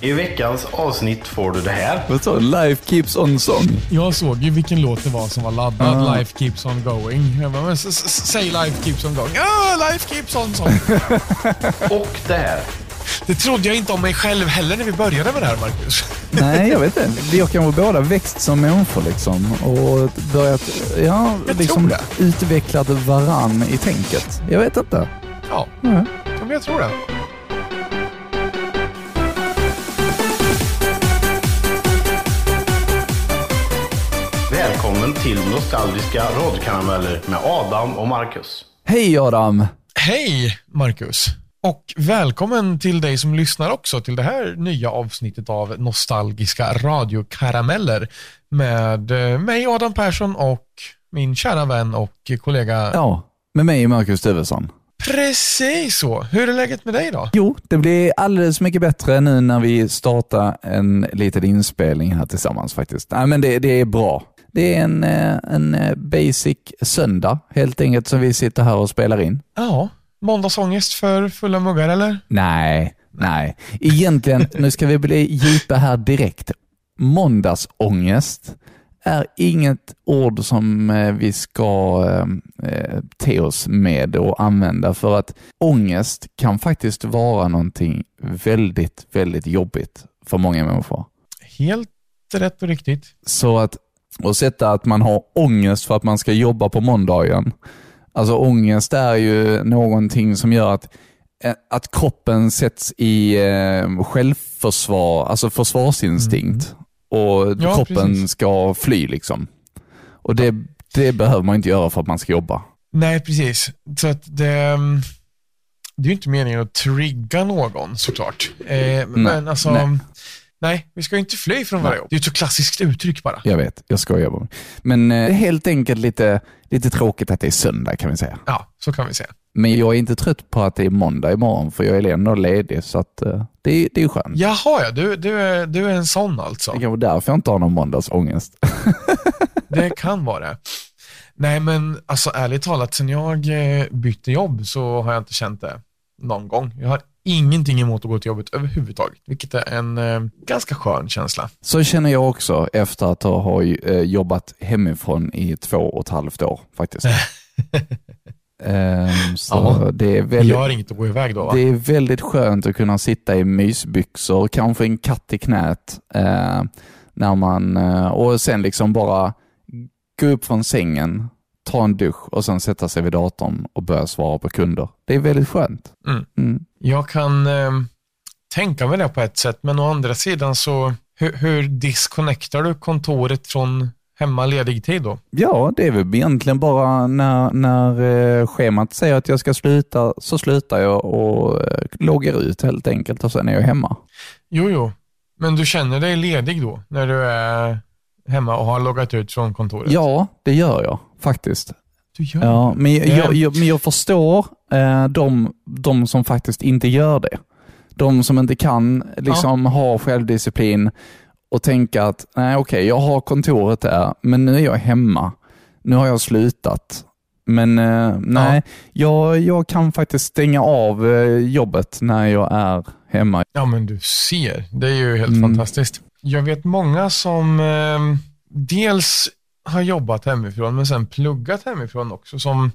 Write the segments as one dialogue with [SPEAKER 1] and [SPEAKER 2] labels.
[SPEAKER 1] I veckans avsnitt får du det här.
[SPEAKER 2] Vad sa du? Life keeps on song.
[SPEAKER 3] Jag såg ju vilken låt det var som var laddad. Life keeps on going. Jag bara, men, s- s- säg Life keeps on going. Ah, life keeps on song.
[SPEAKER 1] Och det här.
[SPEAKER 3] Det trodde jag inte om mig själv heller när vi började med det här, Marcus.
[SPEAKER 2] Nej, jag vet inte. Vi har kanske båda växt som människor liksom. Och börjat, ja,
[SPEAKER 3] Jag
[SPEAKER 2] liksom
[SPEAKER 3] tror
[SPEAKER 2] utvecklat varann i tänket. Jag vet inte.
[SPEAKER 3] Ja,
[SPEAKER 2] Ja.
[SPEAKER 3] ja, men jag tror det.
[SPEAKER 1] Välkommen till Nostalgiska radiokarameller med Adam och Marcus.
[SPEAKER 2] Hej Adam!
[SPEAKER 3] Hej, Marcus. Och välkommen till dig som lyssnar också till det här nya avsnittet av Nostalgiska radiokarameller med eh, mig, Adam Persson, och min kära vän och kollega.
[SPEAKER 2] Ja, med mig Marcus Tuvesson.
[SPEAKER 3] Precis så. Hur är läget med dig då?
[SPEAKER 2] Jo, det blir alldeles mycket bättre nu när vi startar en liten inspelning här tillsammans faktiskt. Nej, men det, det är bra. Det är en, eh, en eh, basic söndag helt enkelt som vi sitter här och spelar in.
[SPEAKER 3] Ja, måndagsångest för fulla muggar eller?
[SPEAKER 2] Nej, nej. Egentligen, nu ska vi bli djupa här direkt. Måndagsångest är inget ord som eh, vi ska eh, eh, te oss med och använda för att ångest kan faktiskt vara någonting väldigt, väldigt jobbigt för många människor.
[SPEAKER 3] Helt rätt och riktigt.
[SPEAKER 2] Så att, och sätta att man har ångest för att man ska jobba på måndagen. Alltså ångest är ju någonting som gör att, eh, att kroppen sätts i eh, självförsvar, alltså försvarsinstinkt. Och
[SPEAKER 3] Mm. Ja,
[SPEAKER 2] kroppen
[SPEAKER 3] precis.
[SPEAKER 2] ska fly liksom. Och det, det behöver man inte göra för att man ska jobba.
[SPEAKER 3] Nej, precis. Så att det, mm, det är ju inte meningen att trigga någon såklart. Eh, men alltså,
[SPEAKER 2] nej.
[SPEAKER 3] nej. vi ska ju inte fly från våra jobb. Det är ju ett så klassiskt uttryck bara.
[SPEAKER 2] Jag vet, jag skojar bara. Men eh, det är helt enkelt lite, lite tråkigt att det är söndag kan vi säga.
[SPEAKER 3] Ja, så kan vi säga.
[SPEAKER 2] Men jag är inte trött på att det är måndag imorgon för jag är ändå ledig så att, eh, det, är- det är skönt.
[SPEAKER 3] Jaha, ja, du, du, är, du är en sån alltså.
[SPEAKER 2] Det kanske var därför jag inte har någon måndagsångest.
[SPEAKER 3] Det kan vara det. Nej, men alltså ärligt talat, sen jag eh, bytte jobb så har jag inte känt det någon gång. Jag har ingenting emot att gå till jobbet överhuvudtaget, vilket är en eh, ganska skön känsla.
[SPEAKER 2] Så känner jag också efter att ha eh, jobbat hemifrån i två och ett halvt år faktiskt. Ehm, så
[SPEAKER 3] Ja.
[SPEAKER 2] det, är
[SPEAKER 3] Jag
[SPEAKER 2] väldigt,
[SPEAKER 3] har inget att gå iväg då, va?
[SPEAKER 2] det är väldigt skönt att kunna sitta i mysbyxor, kanske en katt i knät. eh, när man, eh, och sen liksom bara gå upp från sängen, ta en dusch och sen sätta sig vid datorn och börja svara på kunder. Det är väldigt skönt.
[SPEAKER 3] Mm. Jag kan eh, tänka mig det på ett sätt, men å andra sidan så hur, hur disconnectar du kontoret från hemma ledig tid då?
[SPEAKER 2] Ja, det är väl egentligen bara när, när eh, schemat säger att jag ska sluta så slutar jag och eh, loggar ut helt enkelt och sen är jag hemma.
[SPEAKER 3] Jo, jo, men du känner dig ledig då när du är hemma och har loggat ut från kontoret?
[SPEAKER 2] Ja, det gör jag faktiskt.
[SPEAKER 3] Du gör
[SPEAKER 2] Ja, men, jag,
[SPEAKER 3] Ja.
[SPEAKER 2] jag, jag, men jag förstår eh, de, de som faktiskt inte gör det. De som inte kan liksom, ha självdisciplin och tänka att nej okej, jag har kontoret där, men nu är jag hemma. Nu har jag slutat. Men eh, nej, jag, jag kan faktiskt stänga av eh, jobbet när jag är hemma.
[SPEAKER 3] Ja, men du ser. Det är ju helt
[SPEAKER 2] Mm.
[SPEAKER 3] fantastiskt. Jag vet många som eh, dels har jobbat hemifrån, men sen pluggat hemifrån också, som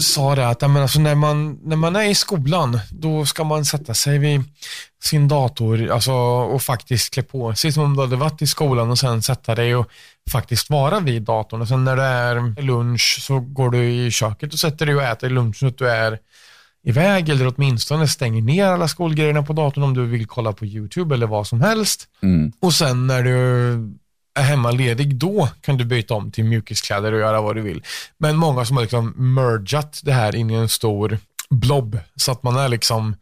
[SPEAKER 3] sa det att ja, men alltså, när, man, när man är i skolan, då ska man sätta sig vid sin dator alltså, och faktiskt klä på sig som om du hade varit i skolan och sen sätta dig och faktiskt vara vid datorn. Och sen när det är lunch så går du i köket och sätter dig och äter lunch så att du är iväg eller åtminstone stänger ner alla skolgrejerna på datorn om du vill kolla på YouTube eller vad som helst.
[SPEAKER 2] Mm.
[SPEAKER 3] Och sen när du är hemma ledig då kan du byta om till mjukiskläder och göra vad du vill. Men många som har liksom mergat det här in i en stor blob så att man är liksom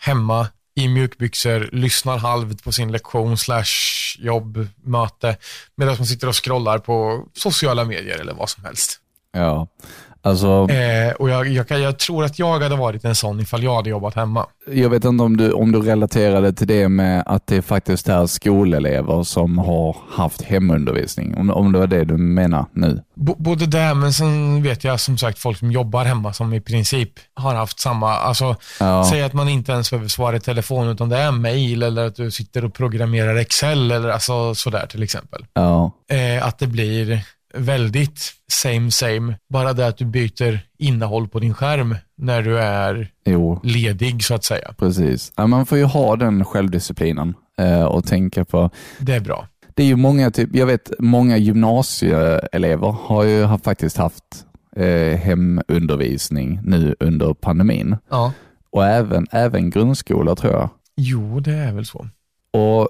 [SPEAKER 3] hemma i mjukbyxor, lyssnar halvt på sin lektion slash jobb, möte medan man sitter och scrollar på sociala medier eller vad som helst.
[SPEAKER 2] Ja. Alltså,
[SPEAKER 3] Eh, och jag, jag, kan- jag tror att jag hade varit en sån ifall jag hade jobbat hemma.
[SPEAKER 2] jag vet inte om du, om du relaterade till det med att det faktiskt är skolelever som har haft hemundervisning. Om, om det var det du menar nu.
[SPEAKER 3] B- både det, men sen vet jag som sagt folk som jobbar hemma som i princip har haft samma, alltså
[SPEAKER 2] Ja.
[SPEAKER 3] säg att man inte ens behöver svara i telefon utan det är mail eller att du sitter och programmerar Excel eller alltså sådär till exempel.
[SPEAKER 2] Ja.
[SPEAKER 3] Eh, att det blir väldigt same same, bara det att du byter innehåll på din skärm när du är
[SPEAKER 2] Jo,
[SPEAKER 3] ledig så att säga.
[SPEAKER 2] precis. Ja, man får ju ha den självdisciplinen eh, och tänka på
[SPEAKER 3] Det är bra.
[SPEAKER 2] Det är ju många, typ, jag vet många gymnasieelever har ju haft, faktiskt haft eh, hemundervisning nu under pandemin.
[SPEAKER 3] Ja.
[SPEAKER 2] Och även, även grundskola tror jag.
[SPEAKER 3] Jo, det är väl så.
[SPEAKER 2] Och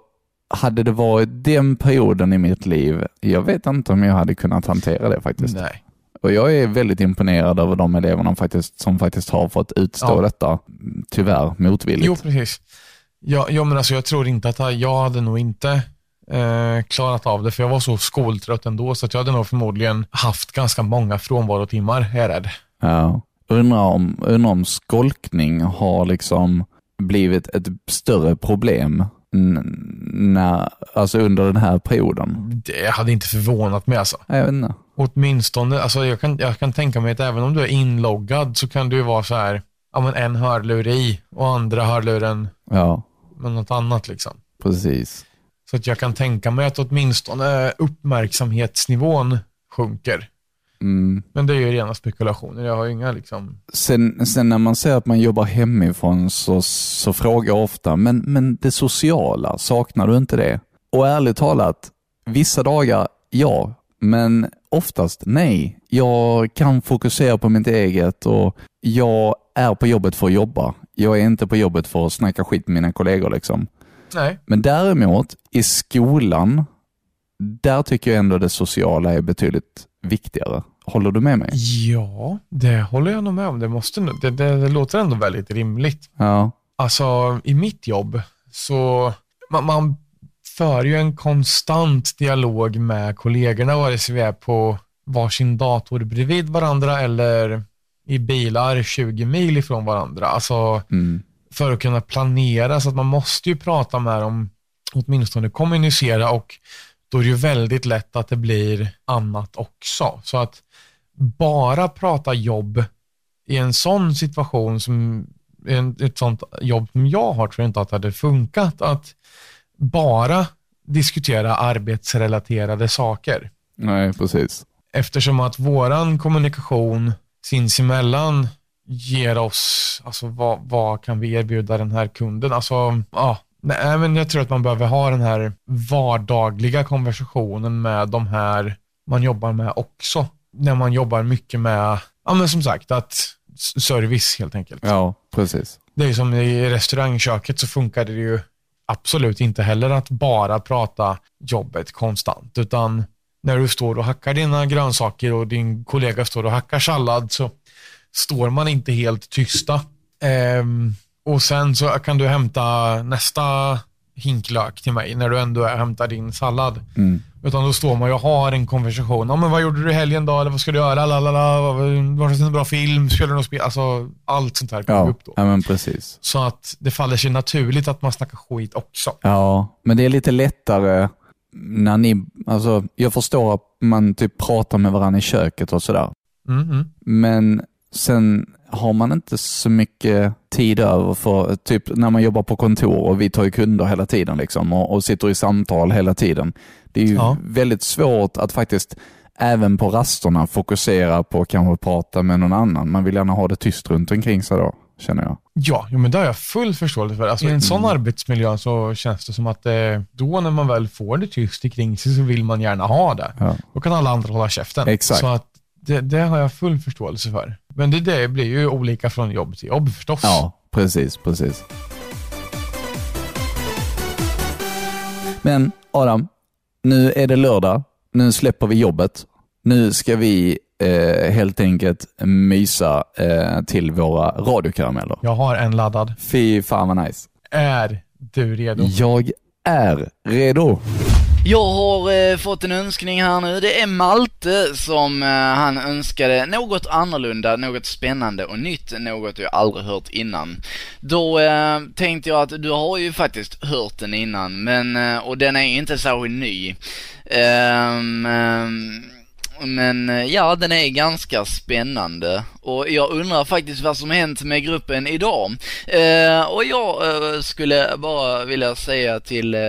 [SPEAKER 2] hade det varit den perioden i mitt liv, jag vet inte om jag hade kunnat hantera det faktiskt.
[SPEAKER 3] Nej.
[SPEAKER 2] Och jag är väldigt imponerad över de eleverna faktiskt, som faktiskt har fått utstå
[SPEAKER 3] Ja.
[SPEAKER 2] detta, tyvärr motvilligt.
[SPEAKER 3] Jo, precis. Ja, ja, men alltså, jag tror inte att jag hade nog inte eh, klarat av det, för jag var så skoltrött ändå, så att jag hade nog förmodligen haft ganska många frånvarotimmar, är jag rädd.
[SPEAKER 2] Ja. Undrar om, undrar om skolkning har liksom blivit ett större problem n- när, alltså under den här perioden.
[SPEAKER 3] Det hade inte förvånat mig alltså.
[SPEAKER 2] Jag vet inte.
[SPEAKER 3] Åtminstone, alltså, jag, kan, jag kan tänka mig att även om du är inloggad så kan du ju vara så här, ja men en hörlur i och andra hörluren
[SPEAKER 2] Ja,
[SPEAKER 3] med något annat liksom.
[SPEAKER 2] precis.
[SPEAKER 3] Så att jag kan tänka mig att åtminstone uppmärksamhetsnivån sjunker.
[SPEAKER 2] Mm.
[SPEAKER 3] Men det är ju rena spekulationer. Jag har ju inga liksom
[SPEAKER 2] Sen, sen när man ser att man jobbar hemifrån så, så frågar jag ofta, men, men det sociala, saknar du inte det? Och ärligt talat, vissa dagar ja, men oftast nej. Jag kan fokusera på mitt eget och jag är på jobbet för att jobba. Jag är inte på jobbet för att snacka skit med mina kollegor. Liksom.
[SPEAKER 3] Nej,
[SPEAKER 2] Men däremot i skolan, där tycker jag ändå det sociala är betydligt viktigare. Håller du med mig?
[SPEAKER 3] Ja, det håller jag nog med om. Det, måste, nog- det, det, det låter ändå väldigt rimligt.
[SPEAKER 2] Ja,
[SPEAKER 3] Alltså, i mitt jobb så man, man för ju en konstant dialog med kollegorna vare sig vi är på varsin dator bredvid varandra eller i bilar 20 mil ifrån varandra. Alltså,
[SPEAKER 2] mm.
[SPEAKER 3] för att kunna planera så att man måste ju prata med dem, åtminstone kommunicera och då är det ju väldigt lätt att det blir annat också. Så att bara prata jobb i en sån situation som i en, ett sånt jobb som jag har tror jag inte att det hade funkat att bara diskutera arbetsrelaterade saker
[SPEAKER 2] nej precis.
[SPEAKER 3] eftersom att våran kommunikation sinsemellan ger oss, alltså vad, vad kan vi erbjuda den här kunden? Alltså, ja, nej men jag tror att man behöver ha den här vardagliga konversationen med de här man jobbar med också. När man jobbar mycket med, ja men som sagt, att s- service helt enkelt.
[SPEAKER 2] Ja, precis.
[SPEAKER 3] Det är som i restaurangköket så funkade det ju absolut inte heller att bara prata jobbet konstant, utan när du står och hackar dina grönsaker och din kollega står och hackar sallad så står man inte helt tysta. Ehm, och sen så kan du hämta nästa hinklök till mig när du ändå är- hämtar din sallad.
[SPEAKER 2] Mm.
[SPEAKER 3] Utan då står man ju och har en konversation. Ja, men vad gjorde du i helgen då? Eller vad ska du göra? Lalala, vad- var det en bra film? Spelade du något spel? Alltså, allt sånt här kommer
[SPEAKER 2] Ja,
[SPEAKER 3] upp då.
[SPEAKER 2] ja, men precis.
[SPEAKER 3] Så att det faller sig naturligt att man snackar skit också.
[SPEAKER 2] Ja, men det är lite lättare när ni, alltså jag förstår att man typ pratar med varandra i köket och sådär.
[SPEAKER 3] Mm, mm.
[SPEAKER 2] Men sen har man inte så mycket tid över för, typ när man jobbar på kontor och vi tar ju kunder hela tiden liksom och, och sitter i samtal hela tiden. Det är ju
[SPEAKER 3] Ja.
[SPEAKER 2] väldigt svårt att faktiskt även på rasterna fokusera på att kanske prata med någon annan. Man vill gärna ha det tyst runt omkring sig då, känner jag.
[SPEAKER 3] Ja, jo, men det har jag full förståelse för.
[SPEAKER 2] Mm.
[SPEAKER 3] Alltså, I en sån arbetsmiljö så känns det som att eh, då när man väl får det tyst kring sig så vill man gärna ha det.
[SPEAKER 2] Ja.
[SPEAKER 3] Då kan alla andra hålla käften.
[SPEAKER 2] Exakt.
[SPEAKER 3] Så att det, det har jag full förståelse för. Men det, det blir ju olika från jobb till jobb förstås.
[SPEAKER 2] Ja, precis, precis. Men Adam, nu är det lördag. Nu släpper vi jobbet. Nu ska vi eh, helt enkelt mysa eh, till våra radiokarameller.
[SPEAKER 3] Jag har en laddad.
[SPEAKER 2] Fy fan vad nice.
[SPEAKER 3] Är du redo?
[SPEAKER 2] Jag är redo.
[SPEAKER 4] Jag har eh, fått en önskning här nu. Det är Malte som eh, han önskade något annorlunda, något spännande och nytt, något jag aldrig hört innan. Då eh, tänkte jag att du har ju faktiskt hört den innan, men, eh, och den är inte särskilt ny. Ehm, ehm, men eh, ja, den är ganska spännande. Och jag undrar faktiskt vad som hänt med gruppen idag. Eh, och jag eh, skulle bara vilja säga till eh,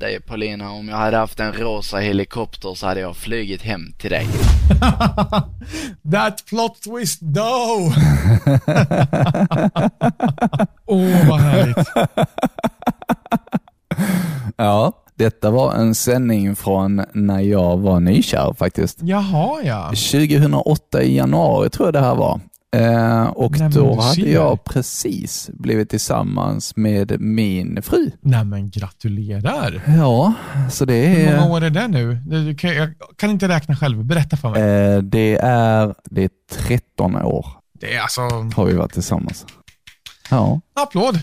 [SPEAKER 4] dig Paulina, om jag hade haft en rosa helikopter så hade jag flugit hem till dig.
[SPEAKER 3] That plot twist though! Åh, vad härligt.
[SPEAKER 2] Ja, detta var en sändning från när jag var nykär faktiskt.
[SPEAKER 3] Jaha, ja.
[SPEAKER 2] 2008 i januari tror jag det här var. Eh, och
[SPEAKER 3] Nej, men
[SPEAKER 2] då
[SPEAKER 3] du
[SPEAKER 2] hade
[SPEAKER 3] ser.
[SPEAKER 2] jag precis blivit tillsammans med min fru.
[SPEAKER 3] Nej, men gratulerar.
[SPEAKER 2] Ja, så det
[SPEAKER 3] Hur många
[SPEAKER 2] är...
[SPEAKER 3] år är det nu? Det- du kan- Jag kan inte räkna själv. Berätta för mig.
[SPEAKER 2] Eh, det är... Det är 13 år
[SPEAKER 3] Det är alltså...
[SPEAKER 2] har vi varit tillsammans. Ja,
[SPEAKER 3] Applåd!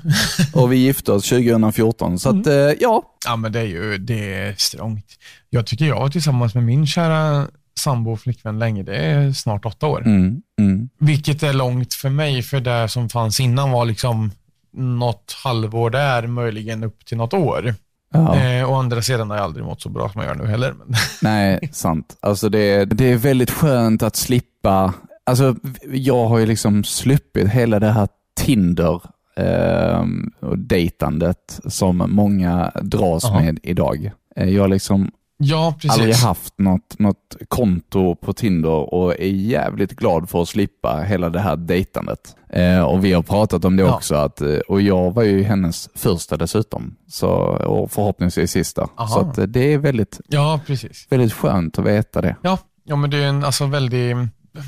[SPEAKER 2] och vi gifte oss 2014, så att
[SPEAKER 3] Mm.
[SPEAKER 2] eh, ja.
[SPEAKER 3] Ja, men det är ju det är strångt. Jag tycker jag var tillsammans med min kära sambo och flickvän länge. Det är snart åtta år.
[SPEAKER 2] Mm, mm.
[SPEAKER 3] Vilket är långt för mig, för det som fanns innan var liksom något halvår där, möjligen upp till något år.
[SPEAKER 2] Ja.
[SPEAKER 3] Eh, å andra sidan har jag aldrig mått så bra som jag gör nu heller. Men
[SPEAKER 2] Nej, sant. Alltså det, det är väldigt skönt att slippa. Alltså, jag har ju liksom sluppit hela det här Tinder eh, och dejtandet som många dras
[SPEAKER 3] Aha.
[SPEAKER 2] med idag. Eh, Jag har liksom
[SPEAKER 3] ja,
[SPEAKER 2] aldrig
[SPEAKER 3] precis.
[SPEAKER 2] haft något, något konto på Tinder och är jävligt glad för att slippa hela det här dejtandet. Eh, och vi har pratat om det
[SPEAKER 3] Ja.
[SPEAKER 2] också, att, eh, och jag var ju hennes första dessutom, så, och förhoppningsvis sista.
[SPEAKER 3] Aha.
[SPEAKER 2] Så att eh, det är väldigt,
[SPEAKER 3] Ja, precis.
[SPEAKER 2] väldigt skönt att veta det.
[SPEAKER 3] Ja, ja men det är en alltså, väldigt...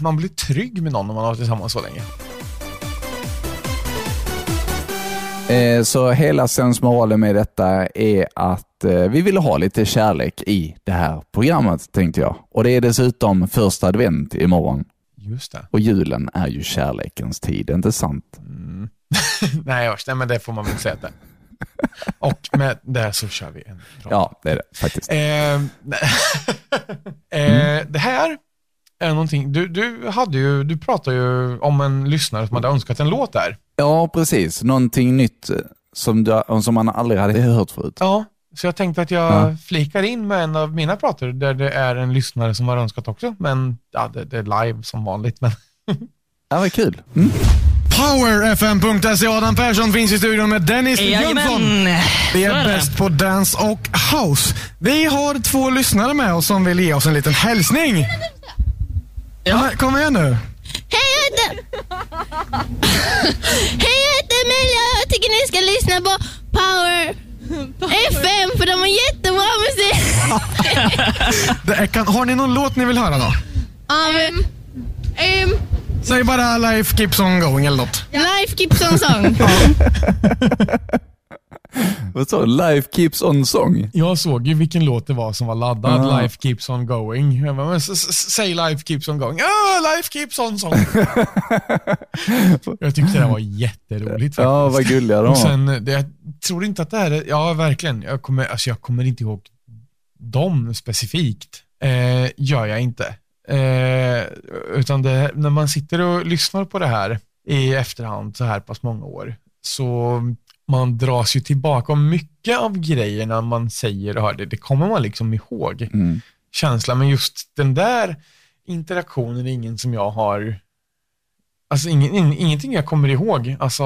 [SPEAKER 3] Man blir trygg med någon om man har varit tillsammans så länge.
[SPEAKER 2] Eh, Så hela sensmoralen med detta är att eh, vi ville ha lite kärlek i det här programmet tänkte jag. Och det är dessutom första advent imorgon.
[SPEAKER 3] Just det.
[SPEAKER 2] Och julen är ju kärlekens tid, inte sant?
[SPEAKER 3] Nej, vars, nej, men det får man väl säga att det är. Och med det här så kör vi en bra.
[SPEAKER 2] Ja, det är det faktiskt.
[SPEAKER 3] Eh, nej. eh,
[SPEAKER 2] Mm.
[SPEAKER 3] det här är någonting, du, du, hade ju, du pratade ju om en lyssnare som hade önskat en låt där.
[SPEAKER 2] Ja, precis. Någonting nytt eh, som, du, som man aldrig hade hört förut.
[SPEAKER 3] Ja, så jag tänkte att jag
[SPEAKER 2] Ja.
[SPEAKER 3] flikar in med en av mina prater där det är en lyssnare som har önskat också, men ja, det, det är live som vanligt. Men.
[SPEAKER 2] Ja, vad kul. Mm.
[SPEAKER 5] Powerfm.se. E. Adam Persson finns i studion med Dennis Jönsson. Vi är bäst på dance och house. Vi har två lyssnare med oss som vill ge oss en liten hälsning. Kom, här- kom igen nu.
[SPEAKER 6] Hej jag heter... Hej jag heter Emilia och jag tycker ni ska lyssna på Power, FM för de har jättebra musik.
[SPEAKER 5] Det är, kan, har ni någon låt ni vill höra då?
[SPEAKER 6] Av um, um,
[SPEAKER 5] Säg bara Life keeps on going eller något.
[SPEAKER 6] Life Gibson Song.
[SPEAKER 2] Vad sa du? Life keeps on song.
[SPEAKER 3] Jag såg ju vilken låt det var som var laddad,
[SPEAKER 2] Ja.
[SPEAKER 3] Life keeps on going. Jag bara, men, s- s- säg Life keeps on going. Ah, Life keeps on song. jag tyckte det var jätteroligt faktiskt.
[SPEAKER 2] Ja, vad gulliga de
[SPEAKER 3] Och
[SPEAKER 2] var.
[SPEAKER 3] sen, det, jag tror inte att det här är, ja verkligen, jag kommer, alltså jag kommer inte ihåg dem specifikt. Eh, gör jag inte. Eh, utan det, när man sitter och lyssnar på det här i efterhand så här pass många år, så man dras ju tillbaka och mycket av grejerna man säger och hör, det, det kommer man liksom ihåg
[SPEAKER 2] Mm.
[SPEAKER 3] känslan, men just den där interaktionen är ingen som jag har, alltså ingen, in, ingenting jag kommer ihåg, alltså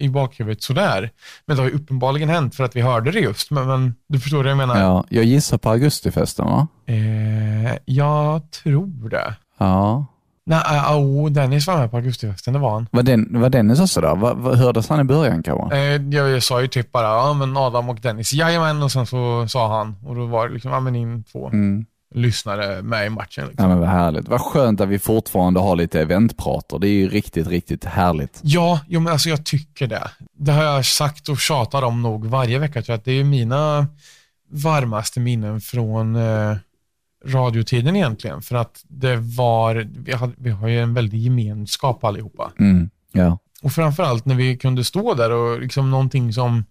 [SPEAKER 3] i bakhuvudet sådär. Men det har ju uppenbarligen hänt för att vi hörde det just, men, men du förstår vad jag menar?
[SPEAKER 2] Ja, jag gissar på augustifesten, va?
[SPEAKER 3] Eh, jag tror det.
[SPEAKER 2] Ja.
[SPEAKER 3] Nej, äh, oh, Dennis var med på augustifesten, det var han.
[SPEAKER 2] Var, den, var Dennis också där? Var, var, hördes han i början kanske?
[SPEAKER 3] Eh, jag, jag sa ju typ bara, ja men Adam och Dennis, jajamän, och sen så sa han, och då var det liksom, ja men in två
[SPEAKER 2] Mm.
[SPEAKER 3] lyssnare med i matchen. Liksom.
[SPEAKER 2] Ja, men vad härligt. Vad skönt att vi fortfarande har lite eventprater. Det är ju riktigt, riktigt härligt.
[SPEAKER 3] Ja, jo, men alltså jag tycker det. Det har jag sagt och tjatar om nog varje vecka. Tror jag, att det är mina varmaste minnen från eh, radiotiden egentligen. För att det var, vi, hade, vi har ju en väldig gemenskap allihopa.
[SPEAKER 2] Mm. Ja.
[SPEAKER 3] Och framförallt när vi kunde stå där och liksom någonting som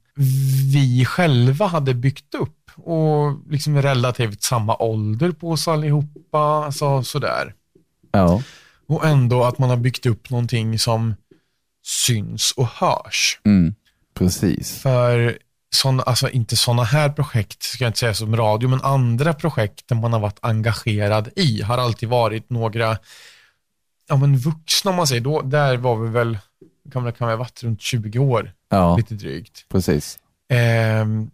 [SPEAKER 3] vi själva hade byggt upp och liksom relativt samma ålder på oss allihopa, alltså sådär.
[SPEAKER 2] Ja.
[SPEAKER 3] Och ändå att man har byggt upp någonting som syns och hörs.
[SPEAKER 2] Mm. Precis.
[SPEAKER 3] För sån, alltså inte sådana här projekt, ska jag inte säga som radio, men andra projekt där man har varit engagerad i har alltid varit några, ja men vuxna om man säger, då, där var vi väl, kan man kan vi ha varit runt 20 år,
[SPEAKER 2] Ja,
[SPEAKER 3] lite drygt.
[SPEAKER 2] precis.
[SPEAKER 3] Ehm,